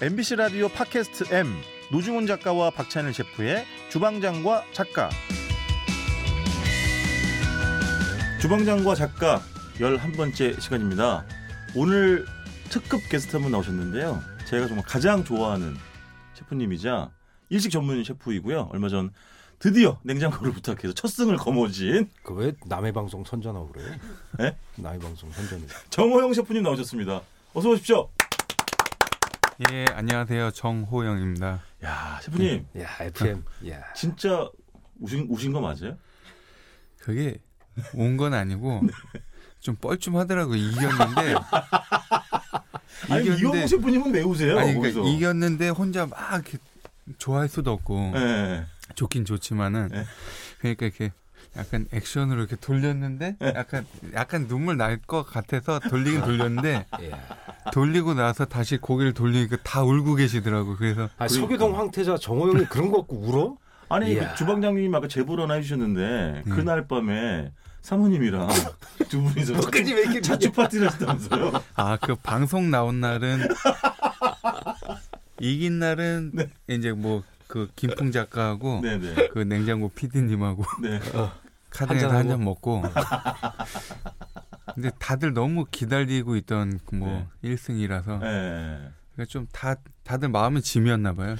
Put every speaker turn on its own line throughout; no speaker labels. MBC 라디오 팟캐스트 M 노중훈 작가와 박찬일 셰프의 주방장과 작가 주방장과 작가 11번째 시간입니다. 오늘 특급 게스트 한 분 나오셨는데요. 제가 정말 가장 좋아하는 셰프님이자 일식 전문 셰프이고요. 얼마 전 드디어 냉장고를 부탁해서 첫 승을 거머쥔
그 왜 남의 방송 선전하고 그래요?
예?
남의 방송 선전이.
정호영 셰프님 나오셨습니다. 어서 오십시오.
예, 안녕하세요. 정호영입니다.
야 셰프님
야 FM. 야.
진짜 우신 우신 거 맞아요?
그게 온 건 아니고 좀 뻘쭘하더라고 요 이겼는데
아니 이영호 셰프님은 왜 우세요?
아니 그러니까
거기서?
이겼는데 혼자 막 이렇게 좋아할 수도 없고
예.
좋긴 좋지만은
네.
그러니까 이렇게 약간 액션으로 이렇게 돌렸는데 약간 약간 눈물 날 것 같아서 돌리긴 돌렸는데
야.
돌리고 나서 다시 고개를 돌리니까 다 울고 계시더라고 요 그래서
아 서교동 황태자 정호영이 그런 거 갖고 울어?
아니 그
이야.
주방장님이 아까 제보를 하나 해주셨는데 그날 밤에 사모님이랑 두 분이서
끝까지 왜 이렇게
자축 파티를 했다면서요?
아 그 방송 나온 날은 이긴 날은
네.
이제 뭐 그 김풍 작가하고
네네.
그 냉장고 PD님하고
네.
카드에서
한잔하고.
한 잔 먹고. 근데 다들 너무 기다리고 있던 그뭐
네.
일 1승이라서
네.
그러니까 좀 다 다들 마음은 짐이었나 봐요.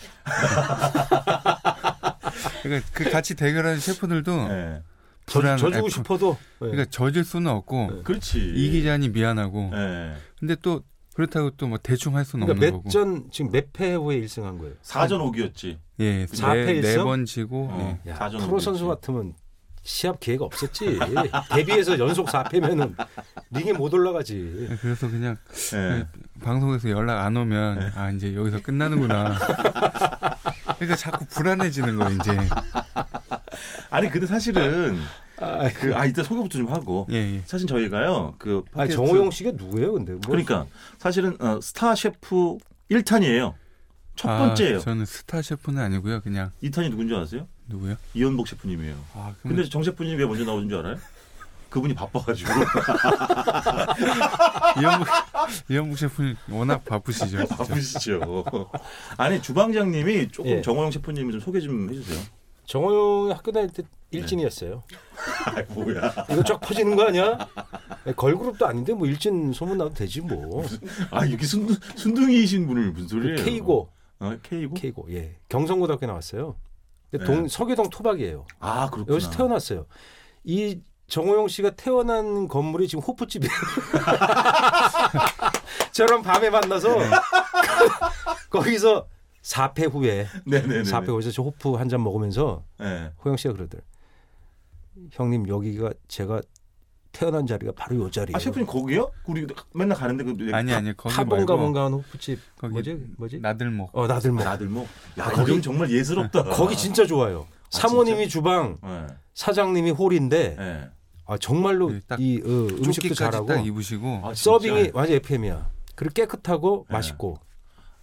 그러니까 그 같이 대결하는 셰프들도
네.
저,
불안-
져주고
아,
싶어도. 예.
그러니까 져질 수는
네.
없고
그렇지.
이기자니 미안하고
네.
근데 또 그렇다고 또 뭐 대충 할 수는
그러니까
없는 거고.
몇전 지금 몇패 후에 일승한 거예요.
4전 5기였지.
예,
사패 일승?
네번 지고
어.
야,
사전
프로 선수
오겠지.
같으면 시합 기회가 없었지. 데뷔해서 연속 4패면은 링에 못 올라가지.
예, 그래서 그냥
네.
방송에서 연락 안 오면 아 이제 여기서 끝나는구나. 그러니까 자꾸 불안해지는 거 이제.
아니 근데 사실은
아,
그 아 이따 소개부터 좀 하고
예, 예.
사실 저희가요 그
아니,
팟캐스트-
정호영 씨가 누구예요, 근데? 뭐
그러니까 사실은 어, 스타 셰프 1탄이에요. 첫
아,
번째예요.
저는 스타 셰프는 아니고요. 그냥
이 2탄이 누군지 아세요?
누구요?
이현복 셰프님이에요.
아, 그럼
근데 정 셰프님이 왜 먼저 나오신 줄 알아요? 그분이 바빠가지고
이현복 이현복 셰프님 워낙 바쁘시죠. 진짜.
바쁘시죠. 아니 주방장님이 조금
예.
정호영 셰프님을 좀 소개 좀 해주세요.
정호영이 학교 다닐 때
네.
일진이었어요.
아 뭐야?
이거 쫙 퍼지는 거 아니야? 야, 네, 걸그룹도 아닌데 뭐 일진 소문 나도 되지 뭐.
아 이렇게 순둥, 순둥이이신 분을 무슨 소리예요?
그 K고
아 K고.
K고 예 경성고등학교 나왔어요. 근데
네.
동 서교동 토박이에요.
아 그렇구나.
여기서 태어났어요. 이 정호영 씨가 태어난 건물이 지금 호프집이에요. 저랑 밤에 만나서
네.
거기서 4패 후에
네네네.
4패 후에 저 호프 한 잔 먹으면서
네.
호영 씨가 그러더래. 형님 여기가 제가 태어난 자리가 바로 요 자리예요.
아 셰프님 거기요? 우리 맨날 가는데 그
아니 아니 거기 말고
타본가 뭔가 하는 호프집
거기
뭐지 뭐지
나들목.
어 나들목
나들목. 뭐. 야 거긴 정말 예스럽다.
아, 거기 진짜 좋아요 사모님이 주방
네.
사장님이 홀인데
네.
아 정말로
네, 딱
이 어, 음식도
조끼까지
잘하고
딱 입으시고
아, 진짜?
서빙이 완전 FM이야 그리고 깨끗하고
네.
맛있고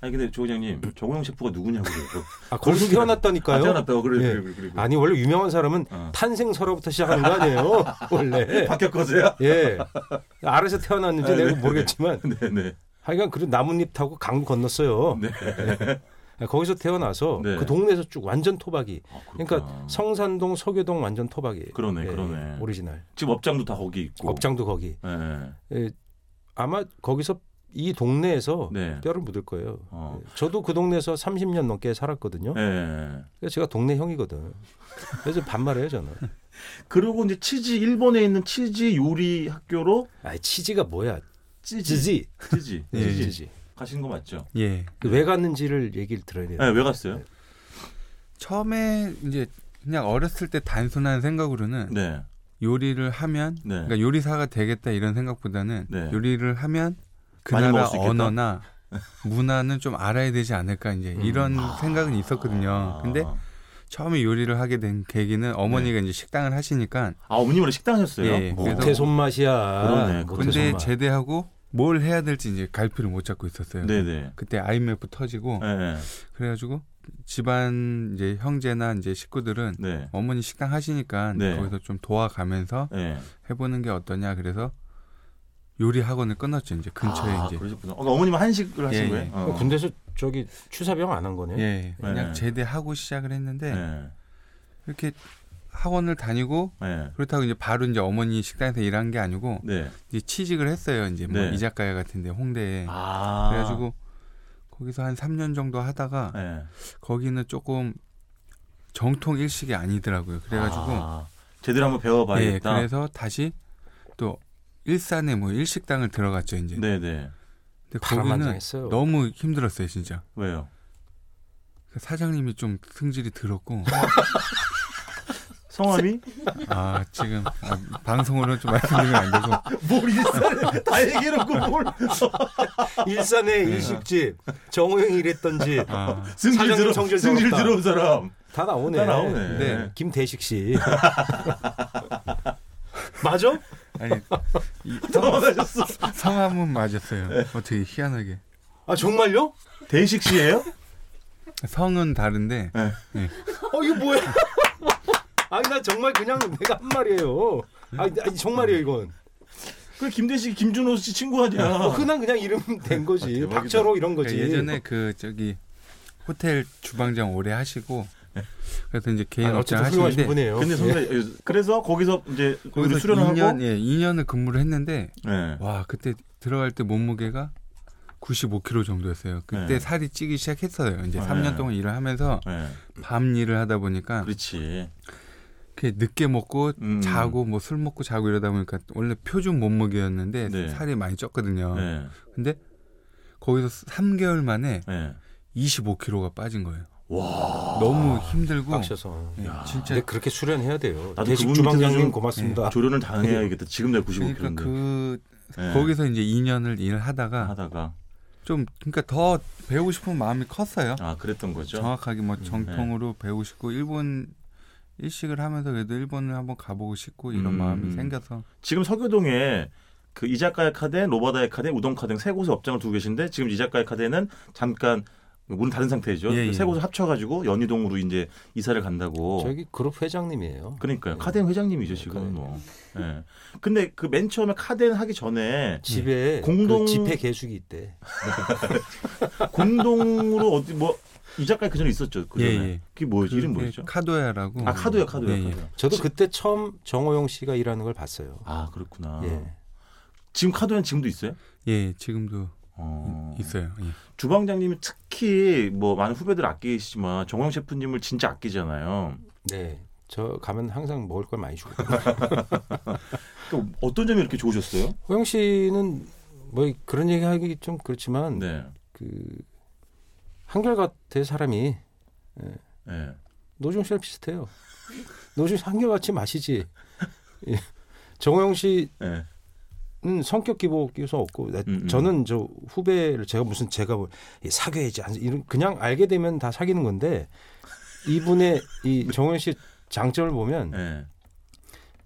아니 근데 조장님 정호영 셰프가 누구냐고 그래요.
아 거기서 태어났다니까요
아, 태어났다고 그래
예.
그래 그래. 그래.
아니 원래 유명한 사람은
어.
탄생설화부터 시작하는 거 아니에요 원래
바뀌었 거세요?
예 알아서 태어났는지
아,
내가
네.
모르겠지만
네네.
하여간 그런 나뭇잎 타고 강로 건넜어요
네.
아, 거기서 태어나서
네.
그 동네에서 쭉 완전 토박이
아,
그러니까
그렇구나.
성산동, 서교동 완전 토박이에요. 예,
그러네, 그러네.
오리지널.
어.
지금 업장도 다 거기 있고.
업장도 거기.
네.
예, 아마 거기서 이
어.
동네에서
네.
뼈를 묻을 거예요.
어.
예, 저도 그 동네에서 30년 넘게 살았거든요.
네.
그래서 제가 동네 형이거든. 그래서 반말해요 저는.
그리고 이제 치즈 일본에 있는 치즈 요리 학교로
아 치즈가 뭐야? 찌지.
치즈
예.
네, 치즈
찌지.
가신 거 맞죠?
예.
그왜 갔는지를 얘기를 들어야 돼요.
네, 왜 갔어요?
처음에 이제 그냥 어렸을 때 단순한 생각으로는
네.
요리를 하면
네.
그러니까 요리사가 되겠다 이런 생각보다는
네.
요리를 하면 그
많이 먹을
나라
수 있겠다?
언어나 문화는 좀 알아야 되지 않을까 이제 이런 생각은 있었거든요.
음. 아. 네.
근데 처음에 요리를 하게 된 계기는 어머니가 이제 식당을 하시니까
아, 어머님은 식당하셨어요?
예,
어.
그래서-
모태 손맛이야.
그러네,
모태
근데
손맛.
제대하고 뭘 해야 될지 이제 갈피를 못 잡고 있었어요.
네네.
그때 IMF 터지고
네.
그래가지고 집안 이제 형제나 이제 식구들은
네.
어머니 식당 하시니까
네.
거기서 좀 도와가면서
네.
해보는 게 어떠냐 그래서 요리 학원을 끊었죠 이제 근처에
아,
이제
그러셨구나. 어, 어머님은 한식을 하신
예,
거예요?
예.
어.
군대에서 저기 추사병 안 한 거네요.
예, 그냥
네.
제대하고 시작을 했는데
네.
이렇게 학원을 다니고
네.
그렇다고 이제 바로 이제 어머니 식당에서 일한 게 아니고
네.
이제 취직을 했어요. 이제 뭐
네.
이자카야 같은데 홍대에
아.
그래가지고 거기서 한 3년 정도 하다가
네.
거기는 조금 정통 일식이 아니더라고요. 그래가지고
아, 제대로 한번
예,
배워봐야겠다.
그래서 다시 또 일산에 뭐 일식당을 들어갔죠 이제.
네, 네.
근데 거기는
파란만장했어요.
너무 힘들었어요 진짜.
왜요?
그 사장님이 좀 성질이 들었고
성함이?
아 지금 아, 방송으로는 좀 말씀드리면 안 되고
뭘 일산에 다 얘기해놓고 뭘
일산의 일식집 정우영이 일했던 집 다
아,
네. 승질
사장님
들어
성질
승질
더럽다.
들어온 사람
나오네.
다 나오네.
네.
김대식 씨. 맞아?
아니 이 성,
넘어가셨어.
성함은
네.
맞았어요. 어떻게 희한하게
아 정말요?
대식 씨예요?
성은 다른데
네.
어 이거 뭐야? 아니 나 정말 그냥 내가 한 말이에요. 아니, 아니 정말이에요 이건.
그 김대식 김준호 씨 친구 아니야?
뭐 흔한 그냥 이름 된 거지.
대박이다.
박철호 이런 거지. 아,
그러니까 예전에 그 저기 호텔 주방장 오래 하시고 그래서 이제 개인
네. 아니,
업장
어쨌든 훌륭하신
하시는데
분이에요.
근데
예.
선배 그래서 거기서 이제 거기서
거기서 아.
수련을
2년
하고
예 2년을 근무를 했는데
네.
와 그때 들어갈 때 몸무게가 95kg 정도였어요. 그때
네.
살이 찌기 시작했어요. 이제
네.
3년 동안 일을 하면서
네.
밤 일을 하다 보니까
그렇지.
그게 늦게 먹고
음.
자고 뭐 술 먹고 자고 이러다 보니까 원래 표준 몸무게였는데
네.
살이 많이 쪘거든요.
네.
근데 거기서 3개월 만에
네.
25kg가 빠진 거예요.
와.
너무 힘들고
빡셔서.
예, 진짜
근데 그렇게 수련해야 돼요.
나도
대식
그분 밑에서
주방장님
좀- 예,
고맙습니다.
조련을 당해야겠다. 지금 내가 95kg인데.
그러니까 그
네. 아.
거기서 이제 2년을 일을 하다가
하다가
좀 그러니까 더 배우고 싶은 마음이 컸어요.
아 그랬던 거죠. 음, 네.
정확하게 뭐 정통으로 배우고 싶고 일본 일식을 하면서 그래도 일본을 한번 가보고 싶고 이런
음.
마음이 생겨서
지금 서교동에 그 이자카야 카데, 노바다야 카데, 우동 카데 세 곳의 업장을 두고 계신데 지금 이자카야 카데는 잠깐 문 닫은 상태죠.
예, 예.
세 곳을 합쳐가지고 연희동으로 이제 이사를 간다고.
저기 그룹 회장님이에요.
그러니까요. 카덴 회장님이죠
네.
지금. 뭐. 예. 근데 그 맨 처음에 카덴 하기 전에
집에
공동-
그 집회 개수기 있대.
공동으로 어디 뭐 이자카야 그 전에 있었죠. 그 전에.
예, 예.
그게 뭐였죠? 이름
그
뭐였죠?
카도야라고
아 카도요, 카도요.
예, 예.
카도요.
저도 그때 처음 정호영 씨가 일하는 걸 봤어요.
아 그렇구나.
예.
지금 카도는 지금도 있어요?
예 지금도
어.
있어요. 예.
주방장님이 특히 뭐 많은 후배들 아끼시지만 정영 셰프님을 진짜 아끼잖아요.
네. 저 가면 항상 먹을 걸 많이 주고.
그 어떤 점이 이렇게 좋으셨어요?
호영 씨는 뭐 그런 얘기 하기 좀 그렇지만
네.
그 한결같아 사람이
네.
노중 씨랑 비슷해요. 노중 씨 한결같이 마시지. 예. 정호영 씨는
네.
성격 기복이서 없고 나-
음, 음.
저는 저 후배를 제가 무슨 제가 뭐 사귀어야지 안- 이런 그냥 알게 되면 다 사귀는 건데 이분의 이 정호영 씨 장점을 보면
네.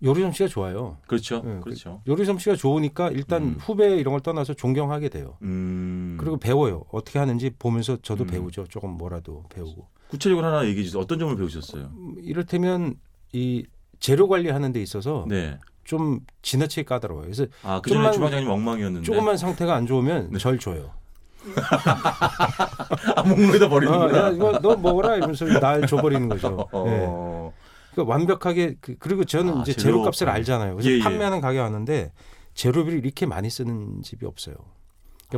요리 솜씨가 좋아요.
그렇죠.
네,
그렇죠.
요리 솜씨가 좋으니까 일단
음.
후배 이런 걸 떠나서 존경하게 돼요.
음.
그리고 배워요. 어떻게 하는지 보면서 저도
음.
배우죠. 조금 뭐라도 배우고.
구체적으로 하나 얘기해 주세요. 어떤 점을 배우셨어요?
음, 이를테면 이 재료 관리하는 데 있어서
네.
좀 지나치게 까다로워요. 그래서
아, 그 전에
좀만-
주방장님 엉망이었는데.
조금만 상태가 안 좋으면
네.
절 줘요.
아, 목록에다
어, 야,
버리는구나.
이거 너 먹어라 이러면서 날 줘버리는 거죠. 예.
어.
그러니까 완벽하게 그, 그리고 저는
아,
이제
재료-
재료 값을 알잖아요. 그래서
예, 예.
판매하는 가게 왔는데 재료비를 이렇게 많이 쓰는 집이 없어요. 그러니까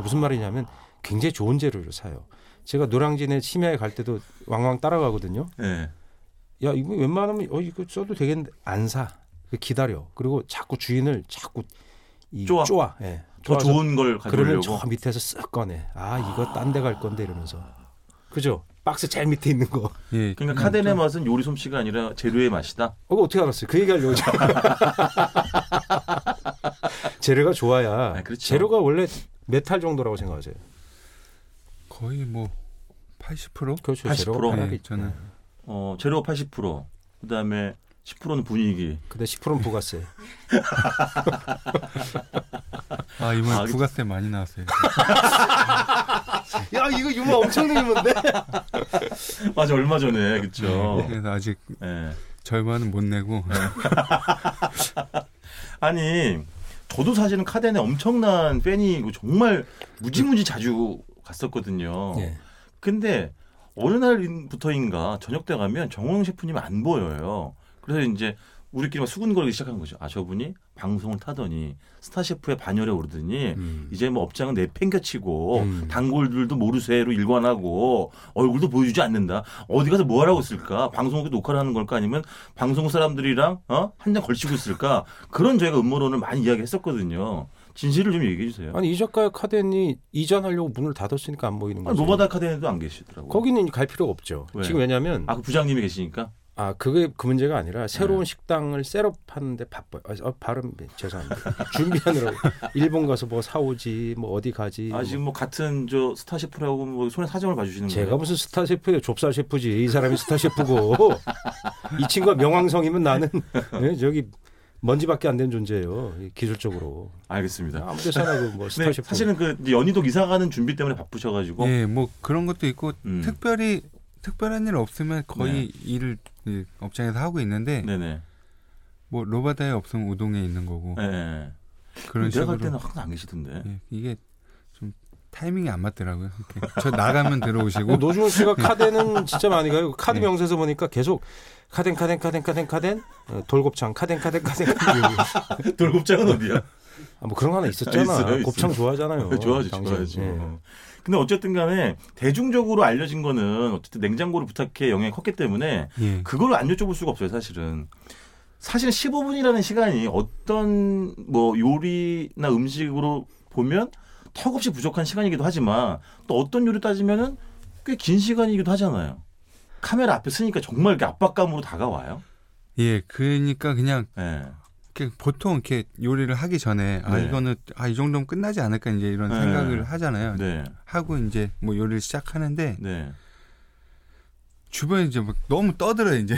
아.
무슨 말이냐면 굉장히 좋은 재료를 사요. 제가 노량진에 심야에 갈 때도 왕왕 따라가거든요.
네.
야 이거 웬만하면 어 이거 써도 되겠는데 안 사. 그 기다려. 그리고 자꾸 주인을 자꾸 이
쪼아.
쪼아. 예.
더
쪼아서
좋은 걸
그러면
가져오려고.
저 밑에서 쓱 꺼내. 아 이거 딴 데 갈 건데 이러면서. 그죠? 박스 제일 밑에 있는 거. 어,
예.
그러니까 카덴의 맛은 요리 솜씨가 아니라 재료의 맛이다.
그거 어떻게 알았어요? 그 얘기하려고. 지금. 재료가 좋아야.
아, 그렇죠.
재료가 원래 메탈 정도라고 생각하세요.
거의 뭐 80%?
그렇죠.
80%
재료가 편하게
예, 저는
어, 재료 80%. 그다음에 10%는 분위기.
근데 10%는 부가세.
아
아,
이번에
그-
부가세 많이 나왔어요.
야 이거 유머 엄청 유머인데.
맞아. 얼마 전에. 그렇죠.
그래서 아직
예.
절반은 못
어.
내고
아니 저도 사실은 카덴의 엄청난 팬이고 정말 무지무지 자주 갔었거든요.
예.
근데 어느 날부터인가 저녁 때 가면 정호영 셰프님 안 보여요. 그래서 이제 우리끼리 막 수근거리기 시작한 거죠. 아 저분이 방송을 타더니 스타 셰프의 반열에 오르더니 이제 뭐 업장은 내팽겨치고
음.
단골들도 모르쇠로 일관하고 얼굴도 보여주지 않는다. 어디 가서 뭘 하고 있을까? 방송국에 녹화를 하는 걸까? 아니면 방송 사람들이랑 어? 한장 걸치고 있을까? 그런 저희가 음모론을 많이 이야기했었거든요. 진실을 좀 얘기해 주세요.
아니 이 작가의 카덴이 이전하려고 문을 닫았으니까 안 보이는
아니,
거죠.
노바다 카덴에도 안 계시더라고요.
거기는 갈 필요가 없죠.
왜?
지금 왜냐하면
아, 그 부장님이 계시니까?
아 그게 그 문제가 아니라 새로운 식당을 셋업하는데 바빠요. 아, 어, 발음 죄송합니다. 준비하느라고 일본 가서 뭐 사오지 뭐 어디 가지.
아,
뭐.
지금 뭐 같은 저 스타 셰프라고 뭐 손에 사정을 봐주시는 거예요?
제가 뭐 무슨 스타 셰프예요? 좁쌀 셰프지. 이 사람이 스타 셰프고 이 친구가 명왕성이면 나는 예, 저기 먼지밖에 안 된 존재예요. 이 기술적으로
알겠습니다.
아무데서나 그뭐 스타
네. 근데
셰프.
사실은 그 이제 연희동 이사 가는 준비 때문에 바쁘셔가지고
예, 뭐 그런 것도 있고
음. 네.
특별히 특별한 일 없으면 거의 일을 이 업장에서 하고 있는데
네네.
뭐 로바다에 없으면 우동에 있는 거고
예, 예.
그런
내가
식으로
갈 때는 항상 안 계시던데.
예, 이게 좀 타이밍이 안 맞더라고요. 이렇게 저 나가면 들어오시고
그 노중훈
음.
씨가 카덴은 진짜 많이 가요. 카드 명세서 보니까 계속 카덴 카덴 카덴 카덴 카덴 어, 돌곱창 카덴 카덴 카덴. 카덴. 예.
돌곱장은 어디야?
아, 뭐 그런 거 하나 있었잖아.
있어요, 있어요.
곱창 좋아하잖아요.
네, 좋아하죠,
당신.
좋아하죠.
예.
어. 근데 어쨌든 간에 대중적으로 알려진 거는 어쨌든 냉장고를 부탁해 영향이 컸기 때문에
예.
그걸 안 여쭤볼 수가 없어요, 사실은. 사실 15분이라는 시간이 어떤 뭐 요리나 음식으로 보면 턱없이 부족한 시간이기도 하지만 또 어떤 요리 따지면은 꽤 긴 시간이기도 하잖아요. 카메라 앞에 서니까 정말 이렇게 압박감으로 다가와요.
예, 그러니까 그냥
예.
이렇게 보통 이렇게 요리를 하기 전에 아
네.
이거는 아 이 정도면 끝나지 않을까 이제 이런
네.
생각을 하잖아요.
네.
하고 이제 뭐 요리를 시작하는데
네.
주변에 이제 막 너무 떠들어 이제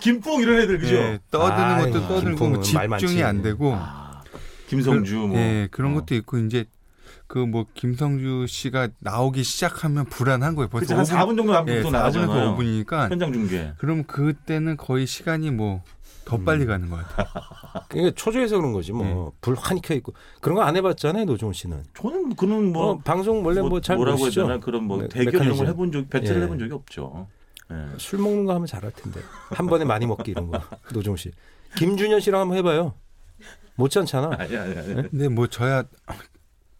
김뽕 이런 애들 그죠?
예, 떠드는
아,
것도 떠들고 뭐
김풍은 말 많지.
집중이 안 되고
아, 김성주 뭐
예, 그런
어.
것도 있고 이제 그 뭐 김성주 씨가 나오기 시작하면 불안한 거예요.
그치,
벌써
한
5분,
4분 정도
뭐 예,
남기고
4분에서
나가잖아요.
5분이니까
현장 중계.
그럼 그때는 거의 시간이 뭐 더 빨리
음.
가는 것 같아요.
그러니까 초조해서 그런 거지 뭐. 불 환히 켜 있고 그런 거 안 해봤잖아요. 노중훈 씨는.
저는 그는
뭐
뭐
방송 원래 뭐잘
뭐라고 해야
모르시죠.
되나 그런 뭐
메-
대결 이런 걸
메커니즘.
해본 적 배틀을
예.
해본 적이 없죠. 예.
술 먹는 거 하면 잘할 텐데 한 번에 많이 먹기 이런 거 노종 씨 김준현 씨랑 한번 해봐요 못지않잖아
아니 예, 아니
네?
아니.
근데 뭐 저야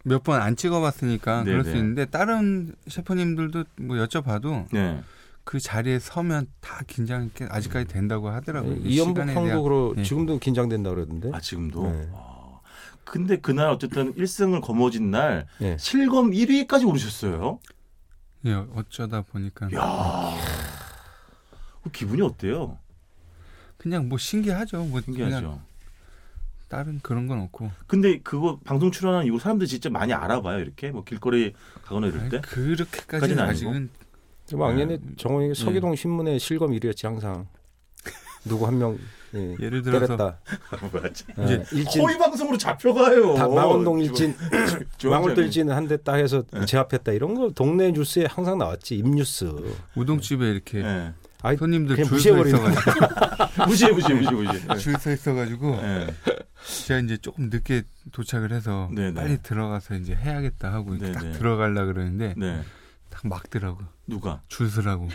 몇 번 안 찍어봤으니까
네,
그럴 수
네.
있는데 다른 셰프님들도 뭐 여쭤봐도
네.
그 자리에 서면 다 긴장 있게 아직까지 된다고 하더라고요. 이게
네, 이연복
그러니까 시간에 대한-
한국으로
예.
지금도 긴장된다 그러던데
아 지금도.
네.
아. 근데 그날 어쨌든 1승을 거머쥔 날
예.
실검 1위까지 오르셨어요.
예, 어쩌다 보니까
야.
아.
그 기분이 어때요?
그냥 뭐 신기하죠. 뭐 그냥
신기하죠.
다른 그런 건 없고
근데 그거 방송 출연하는 이후 사람들이 진짜 많이 알아봐요. 이렇게 뭐 길거리 가거나 이럴
아니,
때.
그렇게까지는
까지는 아니고?
아직은
왕년에
아, 음.
정원이 서기동 신문에 실검 1위였지 항상 누구 한명 예.
예를 들어서
때렸다
뭐지?
예.
이제
일진
허위 방송으로 잡혀가요.
다 망원동
지금.
일진
좋은
망월동
장면.
일진 한 대 딱 해서
네.
제압했다 이런 거 동네 뉴스에 항상 나왔지 입뉴스
우동집에 이렇게
예.
아이
손님들
그냥
줄 서
무시해버리는
있어가지고
무시해 무시해 무시해 무시해.
줄 서 있어가지고
예.
제가 이제 조금 늦게 도착을 해서
네네.
빨리 들어가서 이제 해야겠다 하고 이렇게 딱
네네.
들어가려 그러는데
네.
딱 막더라고
누가?
줄 서라고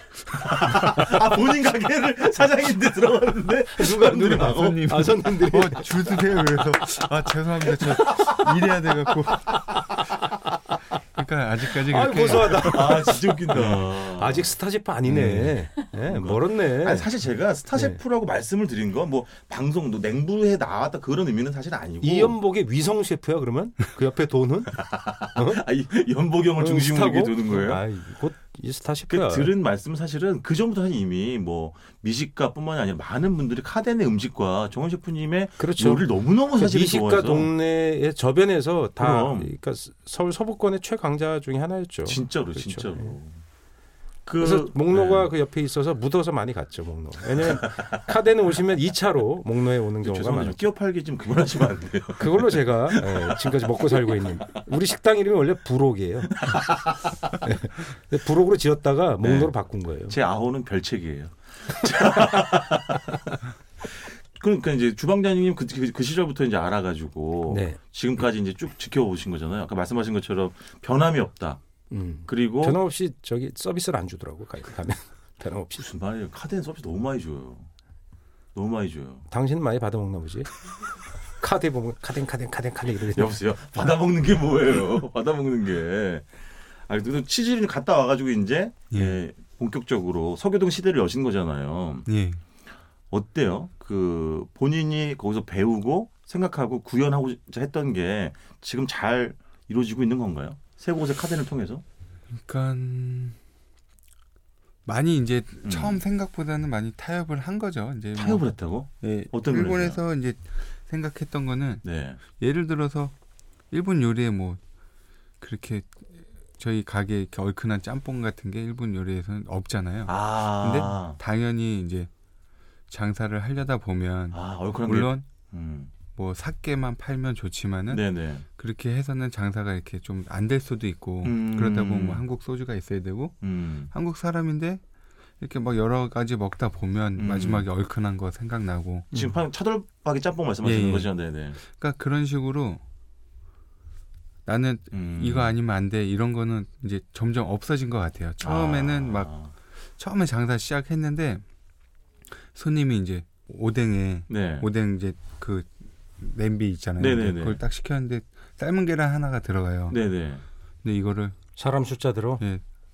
아 본인 가게를 사장인데 들어가는데 누가 누가 막어?
손님
아 손님들이
어줄 서세요 그래서 아 죄송합니다 저 일해야 돼갖고 그러니까 아직까지
아
그렇게
고소하다
아 진짜 웃긴다.
아직 스타집 아니네
음.
예, 멀었네
아니, 사실 제가 스타
네.
셰프라고 말씀을 드린 건 뭐 방송도 냉부에 나왔다 그런 의미는 사실 아니고
이연복의 위성 셰프야 그러면 그 옆에 돈은
아, 이 연보경을 중심으로 이렇게 두는 거예요.
아, 곧이 스타
그
셰프야.
들은 말씀 사실은 그 전부터 사실 이미 뭐 미식가뿐만이 아니라 많은 분들이 카덴의 음식과 정원 셰프님의
그렇죠.
요리를 너무 너무 사실
미식가
좋아해서
동네의 저변에서 다
그럼.
그러니까 서울 서부권의 최강자 중에 하나였죠.
진짜로
그렇죠.
진짜로. 네. 그-
그래서 목로가
네.
그 옆에 있어서 묻어서 많이 갔죠 목로. 왜냐면 카덴은 오시면 2차로 목로에 오는 경우가
죄송합니다. 좀
많았죠.
끼어 팔기 좀 그만하시면 안 돼요.
그걸로 제가 예, 지금까지 먹고 살고 있는 우리 식당 이름이 원래 부록이에요. 네. 근데 부록으로 지었다가 목로로
네.
바꾼 거예요.
제 아호는 별책이에요. 그러니까 이제 주방장님 그, 그, 그 시절부터 이제 알아가지고
네.
지금까지 이제 쭉 지켜오신 거잖아요. 아까 말씀하신 것처럼 변함이 없다.
음.
그리고
변함없이 저기 서비스를 안 주더라고 가- 가면 변함없이.
무슨 말이에요? 카덴 서비스 너무 많이 줘요. 너무 많이 줘요.
당신은 많이 받아먹나 보지. 카드 보면 카덴 카덴 카덴 카덴 이러고
여보세요. 받아먹는 게 뭐예요? 받아먹는 게. 아, 그래도 치즈는 갔다 와가지고 이제
예.
예, 본격적으로 서교동 시대를 여신 거잖아요.
예.
어때요? 그 본인이 거기서 배우고 생각하고 구현하고자 했던 게 지금 잘 이루어지고 있는 건가요? 세 곳의 카덴을 통해서?
그러니까 많이 이제
음.
처음 생각보다는 많이 타협을 한 거죠. 이제 뭐
타협을 했다고?
예,
어떤
일본에서 이제 생각했던 거는
네.
예를 들어서 일본 요리에 뭐 그렇게 저희 가게 이렇게 얼큰한 짬뽕 같은 게 일본 요리에서는 없잖아요.
아.
당연히 이제 장사를 하려다 보면
아, 얼큰한 게.
물론
음.
뭐 사케만 팔면 좋지만은
네네.
그렇게 해서는 장사가 이렇게 좀 안 될 수도 있고
음.
그러다 보면 뭐 한국 소주가 있어야 되고
음.
한국 사람인데 이렇게 막 여러 가지 먹다 보면
음.
마지막에 얼큰한 거 생각나고
지금 방 차돌박이 짬뽕 말씀하시는
음. 예, 예.
거죠? 네네.
그러니까 그런 식으로 나는
음.
이거 아니면 안 돼 이런 거는 이제 점점 없어진 것 같아요. 처음에는
아.
막 처음에 장사 시작했는데 손님이 이제 오뎅에
네.
오뎅 이제 그 냄비 있잖아요.
네네네.
그걸 딱 시켰는데 삶은 계란 하나가 들어가요.
네네.
근데 이거를 예,
사람 숫자 들어.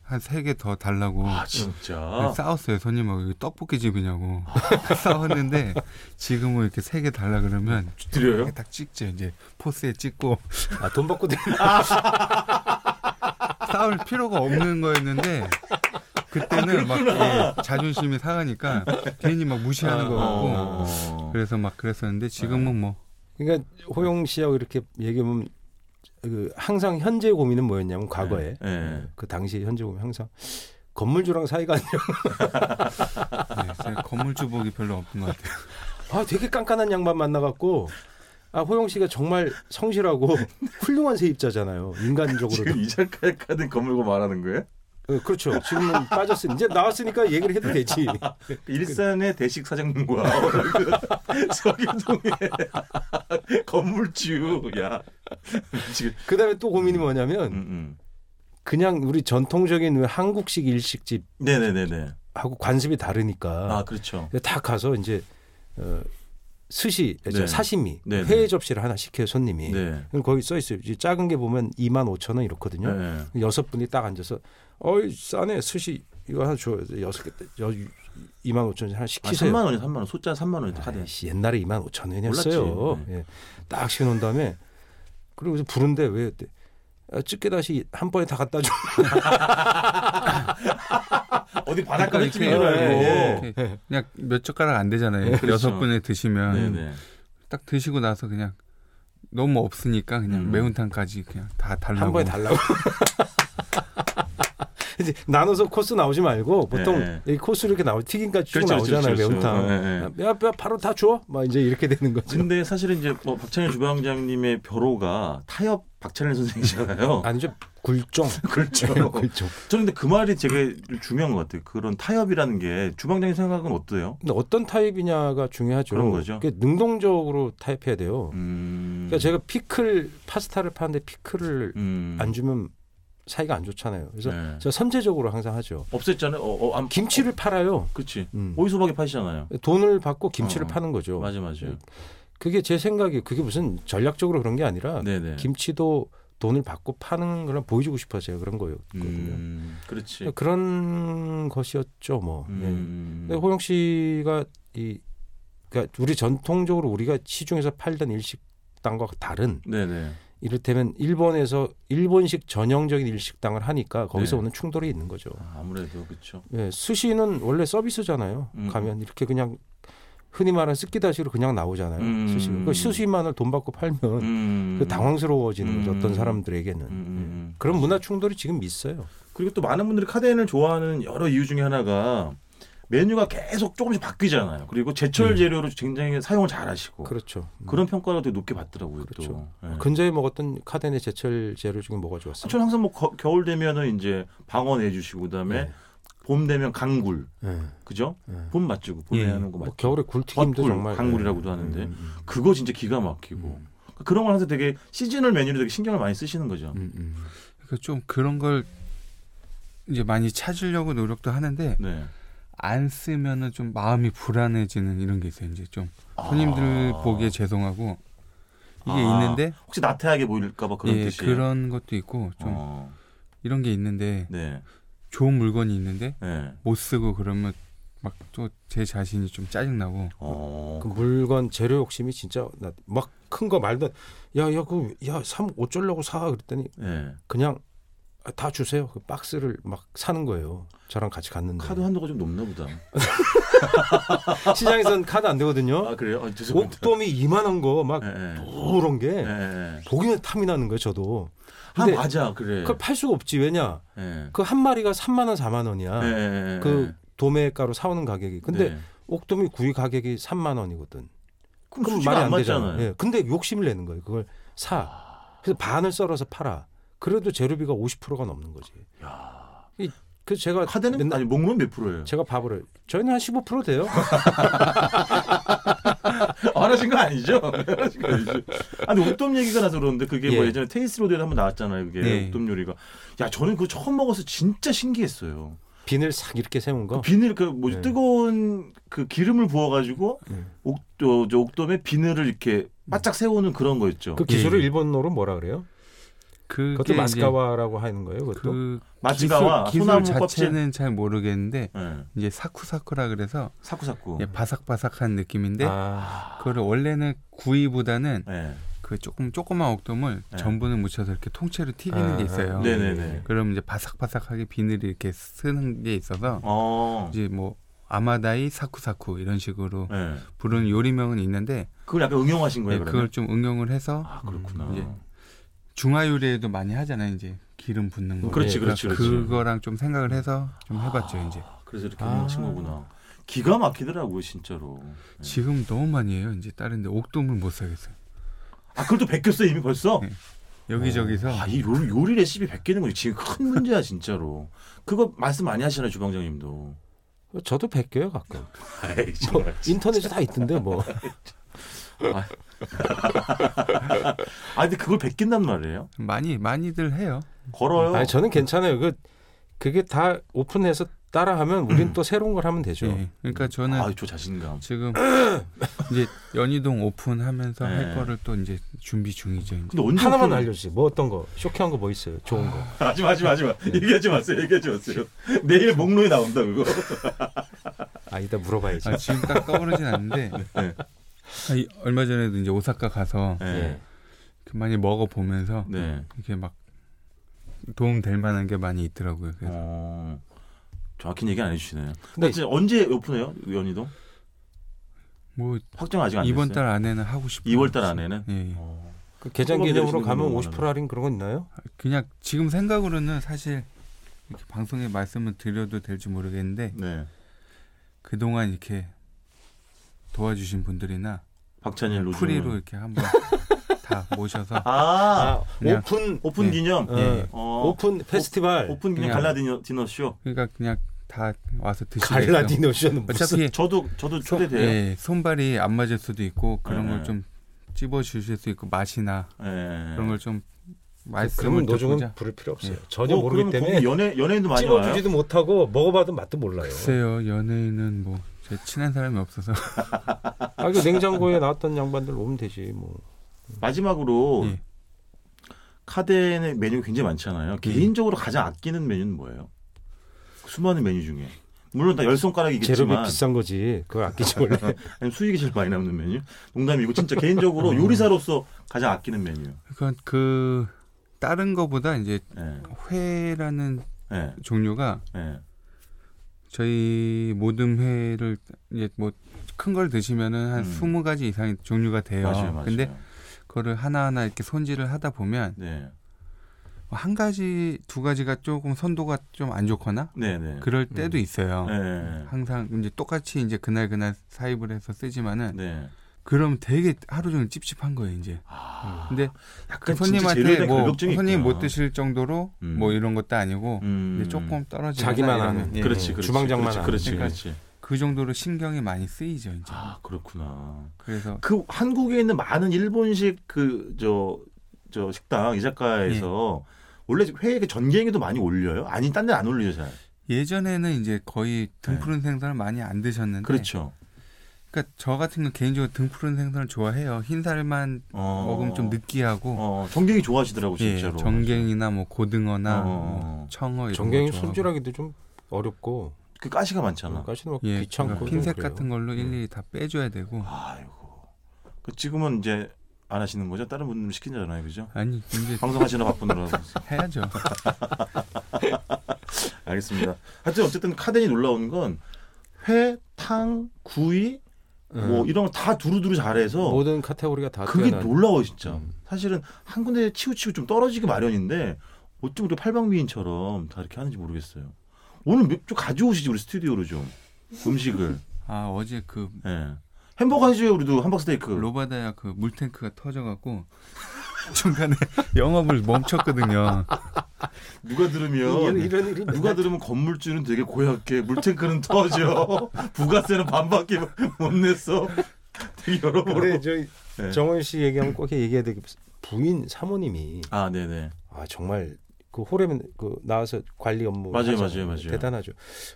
한 세 개 더 달라고 네,
아
그
진짜.
싸웠어요 손님하고 이거 떡볶이 집이냐고 싸웠는데 지금은 이렇게 세 개 달라 그러면
드려요?
이렇게 딱 찍죠 이제 포스에 찍고
아 돈 받고 돼.
싸울 필요가 없는 거였는데 그때는
아,
막 예, 자존심이 상하니까 괜히 막 무시하는 거 같고
어.
그래서 막 그랬었는데 지금은 뭐
그러니까 호영 씨하고 이렇게 얘기하면 그 항상 현재 고민은 뭐였냐면 과거에
네, 네.
그 당시 현재 고민 항상 건물주랑 사이가 안 좋아.
예, 제가 건물주복이 별로 없는 것 같아요.
아 되게 깐깐한 양반 만나갖고 아 호영 씨가 정말 성실하고 훌륭한 세입자잖아요 인간적으로.
지금 이 작가의 카드 건물고 말하는 거예요?
어, 그렇죠. 지금은 빠졌으니 이제 나왔으니까 얘기를 해도 되지.
일산의 대식 사장님과 서귀동의 건물주 야 지금
그다음에 또 고민이 뭐냐면
음, 음.
그냥 우리 전통적인 왜 한국식 일식집
네네네네
하고 관습이 다르니까
아 그렇죠
다 가서 이제 어, 스시
네.
사시미
네, 네.
회 접시를 하나 시켜요 손님이
네.
그럼 거기 써 있어요 이제 작은 게 보면 2만 5천 원 이렇거든요
네.
여섯 분이 딱 앉아서 어이 싸네 스시 이거 하나 줘 여섯 개 여, 2만 5천 원 하나
아,
시키세요
3만 원이 3만 원 소자 3만 원이 카드
아이씨, 옛날에 2만 5천 원이었어요.
몰랐지.
예. 딱 시켜놓은 다음에 그리고 이제 부른데 왜 이때 아, 집게 다시 한 번에 다 갖다 줘.
어디
바닷가
바닷가에 찜인
이렇게
줄
예,
알고
이렇게 그냥 몇 젓가락 안 되잖아요.
그렇죠.
여섯 분에 드시면
네네
딱 드시고 나서 그냥 너무 없으니까 그냥
음.
매운탕까지 그냥 다 달라고
한 번에 달라고. 이제 나눠서 코스 나오지 말고 보통
네.
이 코스 이렇게 나오 튀김까지 쭉
그렇죠,
나오잖아요
그렇죠, 그렇죠.
매운탕.
네, 네.
야, 야, 바로 다 줘. 막 이제 이렇게 되는 거죠.
근데 사실은 이제 뭐 박찬일 주방장님의 벼로가 타협 박찬일 선생이잖아요.
아니죠 네, 굴종.
그렇죠.
굴종.
저는 근데 그 말이 되게 중요한 것 같아요. 그런 타협이라는 게 주방장님 생각은 어때요?
근데 어떤 타입이냐가 중요하죠.
그런 거죠.
그게 능동적으로 타입해야 돼요.
음.
그러니까 제가 피클 파스타를 파는데 피클을
음.
안 주면 사이가 안 좋잖아요. 그래서
네.
제가 선제적으로 항상 하죠.
없앴잖아요. 어, 어, 안,
김치를 팔아요.
어, 그치.
음. 그렇죠.
오이소박이 파시잖아요.
돈을 받고 김치를
어,
파는 거죠. 네,
맞아, 맞아. 요
그게 제 생각이 그게 무슨 전략적으로 그런 게 아니라
네네.
김치도 돈을 받고 파는 걸 보여주고 싶어 제가 그런 거였거든요.
음. 그렇지.
그러니까 그런 것이었죠, 뭐. 예.
음.
근데 호영 씨가 이 그러니까 우리 전통적으로 우리가 시중에서 팔던 일식당과 다른
네네.
이를테면 일본에서 일본식 전형적인 일식당을 하니까 거기서
네.
오는 충돌이 있는 거죠.
아, 아무래도 그쵸.
예, 스시는 원래 서비스잖아요.
음.
가면 이렇게 그냥 흔히 말하는 쓰기다시로 그냥 나오잖아요.
음.
스시. 그 스시만을 돈 받고 팔면
음.
그 당황스러워지는 거죠.
음.
어떤 사람들에게는.
음, 음, 음.
그런 문화 충돌이 지금 있어요.
그리고 또 많은 분들이 카덴을 좋아하는 여러 이유 중에 하나가 메뉴가 계속 조금씩 바뀌잖아요. 그리고 제철 재료로 굉장히 사용을 잘 하시고
네. 그렇죠. 음.
그런 평가를 되게 높게 받더라고요.
그렇죠.
또. 예.
근저에 먹었던 카덴의 제철 재료 중에 뭐가 좋았어요?
저는 항상 뭐 거- 겨울 되면은 이제 방어 내주시고 그다음에
네.
봄 되면 강굴
예.
그죠?
예.
봄 맛주고 봄에
예.
하는 거
뭐
맞.
겨울에 굴튀김도
헛굴,
정말
강물이라고도
예.
하는데.
음, 음,
그거 진짜 기가 막히고 그러니까
음.
음.
그런 걸 항상 되게 시즌을 메뉴로 되게 신경을 많이 쓰시는 거죠.
음, 음.
그러니까 좀 그런 걸 이제 많이 찾으려고 노력도 하는데
네.
안 쓰면은 좀 마음이 불안해지는 이런 게 있어요. 이제 좀 손님들
아.
보기에 죄송하고 이게
아,
있는데
혹시 나태하게 보일까봐 그런
예,
뜻이에요.
그런 것도 있고 좀
어,
이런 게 있는데
네.
좋은 물건이 있는데
네.
못 쓰고 그러면 막 또 제 자신이 좀 짜증 나고
어.
그 물건 재료 욕심이 진짜 막 큰 거 말도 야야그야삼 어쩌려고 사 그랬더니
네.
그냥 아, 다 주세요. 그 박스를 막 사는 거예요. 저랑 같이 갔는데
카드 한도가 좀 높나 보다.
시장에선 카드 안 되거든요.
아 그래요? 아, 죄송합니다.
옥돔이 이만한 거 막
예, 예.
노란 게
예, 예.
보기는 탐이 나는 거예요. 저도
아
네. 근데
맞아 그래.
그걸 팔 수가 없지 왜냐
예.
그 한 마리가 3만 원 4만 원이야.
예, 예, 예,
그
예.
도매가로 사오는 가격이 근데
네.
옥돔이 구이 가격이 3만 원이거든.
그럼 수지가 안, 맞잖아요. 아.
예. 근데 욕심을 내는 거예요. 그걸 사. 그래서 반을 썰어서 팔아. 그래도 재료비가 50%가 넘는 거지.
야.
이, 그 제가
카드는
맨날
아니 목론 몇 프로예요?
제가 밥을 저희는 한 15% 돼요.
안 하신 거 아니죠? 안 하신 거 아니죠? 아니 옥돔 얘기가 나서 그러는데 그게 뭐
예.
예전에 테이스 로드에 한번 나왔잖아요. 그게
네.
옥돔 요리가. 야 저는 그거 처음 먹어서 진짜 신기했어요. 그
비늘 싹 이렇게 세운 거.
비늘 그 뭐지
네.
뜨거운 그 기름을 부어가지고
네.
옥도 저 옥돔에 비늘을 이렇게 바짝 세우는 그런 거였죠.
그 기술을
예.
일본어로 뭐라 그래요?
그게
그것도
이제
마스카와라고 하는 거예요. 그것도
그
마치가와
기술,
소나무
기술
껍질.
자체는 잘 모르겠는데
예.
이제 사쿠사쿠라 그래서
사쿠사쿠.
예, 바삭바삭한 느낌인데
아,
그거를 원래는 구이보다는
예.
그 조금 조그만 옥돔을
네.
전분을 묻혀서 이렇게 통째로 튀기는
아,
게 있어요.
아, 네네네.
그럼 이제 바삭바삭하게 비늘이 이렇게 쓰는 게 있어서
어.
이제 뭐 아마다이 사쿠사쿠 이런 식으로
예.
부르는 요리명은 있는데
그걸 약간 응용하신
네,
거예요,
그걸
그러면?
좀 응용을 해서
아, 그렇구나.
음, 예. 중화 요리에도 많이 하잖아요. 이제 기름 붓는 거.
그렇지, 그렇지, 그렇지.
거랑좀 생각을 해서 좀 해봤죠. 이제
아, 그래서 이렇게
아.
뭉친 거구나. 기가 막히더라고요, 진짜로. 예.
네. 지금 너무 많이 해요. 이제 다른데 옥돔을 못 사겠어요.
아, 그걸 또 벗겼어요, 이미 벌써?
네. 여기저기서
아, 이 요리, 요리 레시피 벗기는 거 지금 큰 문제야, 진짜로. 그거 말씀 많이 하시잖아요, 주방장님도.
저도 베껴요 가끔.
아이,
뭐,
정말.
인터넷에 다 있던데 뭐.
아, 근데 그걸 벗긴단 말이에요?
많이 많이들 해요.
걸어요?
아니 저는 괜찮아요. 그 그게 다 오픈해서 따라하면 우린 또 새로운 걸 하면 되죠.
예. 그러니까 저는
아유, 저 자신감.
지금 이제 연희동 오픈하면서
네.
할 거를 또 이제 준비 중이죠. 이제.
근데 언제
하나만
오픈을-
알려주세요. 뭐 어떤 거 쇼킹한 거 뭐 있어요? 좋은 거.
하지 마, 하지 마, 하지 마. 얘기하지 마세요, 얘기하지 마세요. 내일 목록에 나온다, 그거.
아 이따 물어봐야지.
아, 지금 딱 떠오르진 않는데
네.
아, 이- 얼마 전에도 이제 오사카 가서
네.
이렇게 많이 먹어 보면서
네.
이렇게 막 도움 될 만한 게 많이 있더라고요. 그래서
어, 정확히 얘기 안 해주시네요.
근데
진짜 언제 오픈해요? 연희동?
뭐
확정 아직 안
이번
됐어요.
달 안에는 하고 싶어요.
2월 달 안에는.
예, 예.
어.
그 개장
그거
기념으로
내리시는
가면
거는
50% 할인 그런 거 있나요?
그냥 지금 생각으로는 사실 이렇게 방송에 말씀을 드려도 될지 모르겠는데
네.
그동안 이렇게 도와주신 분들이나
박찬일 로즈.
네, 프리로 이렇게 한번 다 모셔서
아,
아,
그냥-
오픈
오픈
네.
기념.
예.
예.
어,
오픈 페스티벌
오픈 기념
그냥-
갈라 디너, 디너 쇼.
그러니까 그냥 다 와서 드시고
그 갈라디노션은 무슨
어차피
저도 저도
손-
초대돼요. 예.
예, 손발이 안 맞을 수도 있고 그런
네, 네.
걸 좀 찝어 주실 수 있고 맛이나 그런 걸 좀
그러면
말씀을 좀
노종은
보자.
부를 필요 없어요.
예.
전혀
어,
모르기
그러면
때문에
거기 연예 연예인도 많이 와요.
찝어주지도 못하고 먹어봐도 맛도 몰라요.
글쎄요 연예인은 뭐 제 친한 사람이 없어서
아, 그 냉장고에 나왔던 양반들 오면 되지 뭐.
마지막으로
예.
카덴의 메뉴가 굉장히 많잖아요. 개인적으로 가장 아끼는 메뉴는 뭐예요? 그 수많은 메뉴 중에 물론 다 열
재료비
손가락이겠지만
비싼 거지. 그걸 아끼지 원래.
아니면 수익이 제일 많이 남는 메뉴? 농담이고 진짜 개인적으로 요리사로서 가장 아끼는 메뉴.
그러니까 그 다른 거보다 이제
예.
회라는
예.
종류가
예.
저희 모든 회를 이제 뭐 큰 걸 드시면은 한
음.
20가지 이상의 종류가 돼요.
맞아요, 맞아요.
예. 근데 그거를 하나하나 이렇게 손질을 하다 보면 뭐
네,
한 가지 두 가지가 조금 선도가 좀 안 좋거나
네, 네.
그럴 때도 있어요.
네.
항상 이제 똑같이 이제 그날 그날 사입을 해서 쓰지만은
네.
그럼 되게 하루 종일 찝찝한 거예요 이제.
아,
근데
약간
손님한테 뭐
이
손님 못 드실 정도로
음.
뭐 이런 것도 아니고 이제 조금 떨어지는
자기만 아는. 예.
그렇지, 그렇지.
주방장만
그렇지,
아는.
그렇지,
그러니까
그렇지.
그 정도로 신경이 많이 쓰이죠 이제.
아, 그렇구나.
그래서
그
예.
한국에 있는 많은 일본식 그 저 저 식당 이자카야에서 원래 회에 그 전갱이도 많이 올려요? 아니 딴 데는 안 올리죠 잘.
예전에는 이제 거의 등푸른 생선을 많이 안 드셨는데
네. 그렇죠.
그러니까 저 같은 경우 개인적으로 등푸른 생선을 좋아해요. 흰살만
어.
먹으면 좀 느끼하고
어, 전갱이 좋아하시더라고 진짜로.
예, 전갱이나 뭐 고등어나
어.
뭐 청어 이런
정경이
거 좋아하고.
손질하기도 좀 어렵고
그 가시가 많잖아.
까시는 먹기
예,
귀찮고
그러니까 핀셋
그래요.
같은
음.
걸로 일일이 다 빼줘야 되고
아이고. 그 지금은 이제 안 하시는 거죠? 다른 분들 시키잖아요, 그죠?
아니 이제
방송하시나 바쁘느라.
해야죠.
알겠습니다. 하여튼 어쨌든 카덴이 놀라운 건 회, 탕, 구이 뭐 이런 거 다 두루두루 잘해서
예. 모든 카테고리가 다
그게
뛰어난-
놀라워 진짜.
음.
사실은 한 군데 치우치고 좀 떨어지기 마련인데 어쩜 우리 팔방미인처럼 다 이렇게 하는지 모르겠어요. 오늘 몇- 좀 가져오시지 우리 스튜디오로 좀 음식을.
아 어제 그
예. 햄버거 하시죠 우리도 함박스테이크.
로바다야 그 물탱크가 터져갖고 중간에 영업을 멈췄거든요.
누가 들으면
이런, 이런 일이
누가 들으면 건물주는 되게 고약해 물탱크는 터져 부가세는 반밖에 못 냈어. 되게 여러모로.
근데 저
네.
정원 씨 얘기하면 꼭 얘기해야 되게 부인 사모님이
아 네네.
아 정말 그 호레면 그 나와서 관리 업무
맞아요,
하잖아요.
맞아요, 맞아요.
대단하죠.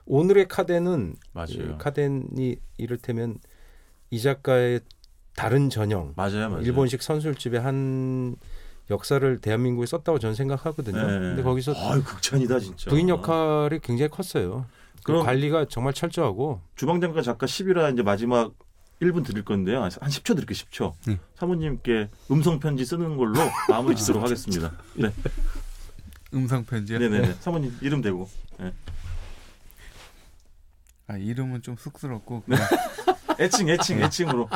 오늘의 카덴은
맞아요.
이 카덴이 이를테면 이 작가의 다른 전형
맞아요 맞아요.
일본식 선술집의 한 역사를 대한민국에 썼다고 저는 생각하거든요.
네.
근데 거기서
아유 극찬이다 진짜.
부인 역할이 굉장히 컸어요. 그
그렇죠. 그럼-
관리가 정말 철저하고
주방장과 작가 10이라 이제 마지막 1분 드릴 건데요. 한 10초 드릴게요. 10초.
네.
사모님께 음성 편지 쓰는 걸로 마무리 짓도록 하겠습니다. 네.
음성 편지.
네, 네, 네. 사모님 이름 대고.
아 이름은 좀 쑥스럽고
네.
그냥,
애칭, 애칭, 애칭으로.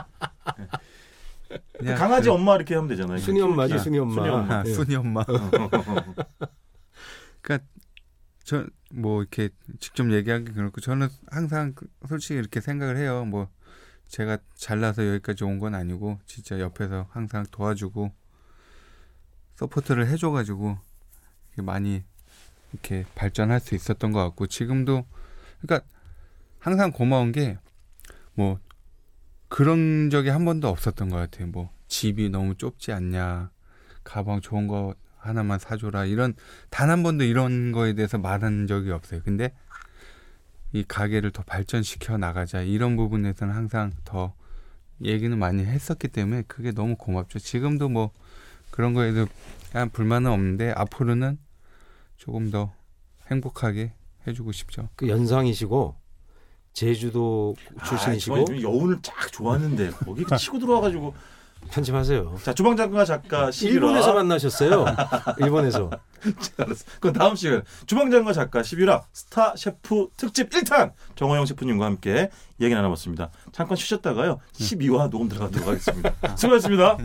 그냥
강아지
그-
엄마 이렇게 하면 되잖아요.
순이 엄마죠,
키우기.
순이 엄마.
네, 순이 엄마.
아,
예.
순이 엄마.
어,
저 뭐 이렇게 직접 얘기하기 그렇고 저는 항상 그- 솔직히 이렇게 생각을 해요. 뭐 제가 잘나서 여기까지 온 건 아니고 진짜 옆에서 항상 도와주고 서포트를 해줘가지고 이렇게 많이 이렇게 발전할 수 있었던 것 같고 지금도 그러니까 항상 고마운 게 뭐 그런 적이 한 번도 없었던 것 같아요. 뭐 집이 너무 좁지 않냐, 가방 좋은 거 하나만 사줘라 이런 단 한 번도 이런 거에 대해서 말한 적이 없어요. 근데 이 가게를 더 발전시켜 나가자 이런 부분에서는 항상 더 얘기는 많이 했었기 때문에 그게 너무 고맙죠. 지금도 뭐 그런 거에도 약간 불만은 없는데 앞으로는 조금 더 행복하게 해주고 싶죠.
그 연상이시고 제주도
아,
출신이시고
저는 여운을 쫙 좋았는데 거기 치고 들어와가지고
편집하세요.
자 주방장과 작가 11화
일본에서 만나셨어요. 일본에서.
알았어. 그건 다음 시간 주방장과 작가 11화 스타 셰프 특집 1탄 정호영 셰프님과 함께 이야기 나눠봤습니다. 잠깐 쉬셨다가요. 12화 녹음 들어가도록 하겠습니다. 수고하셨습니다.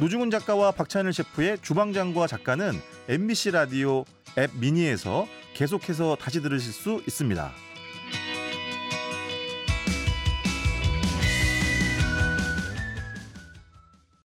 노중훈 작가와 박찬일 셰프의 주방장과 작가는 MBC 라디오 앱 미니에서 계속해서 다시 들으실 수 있습니다.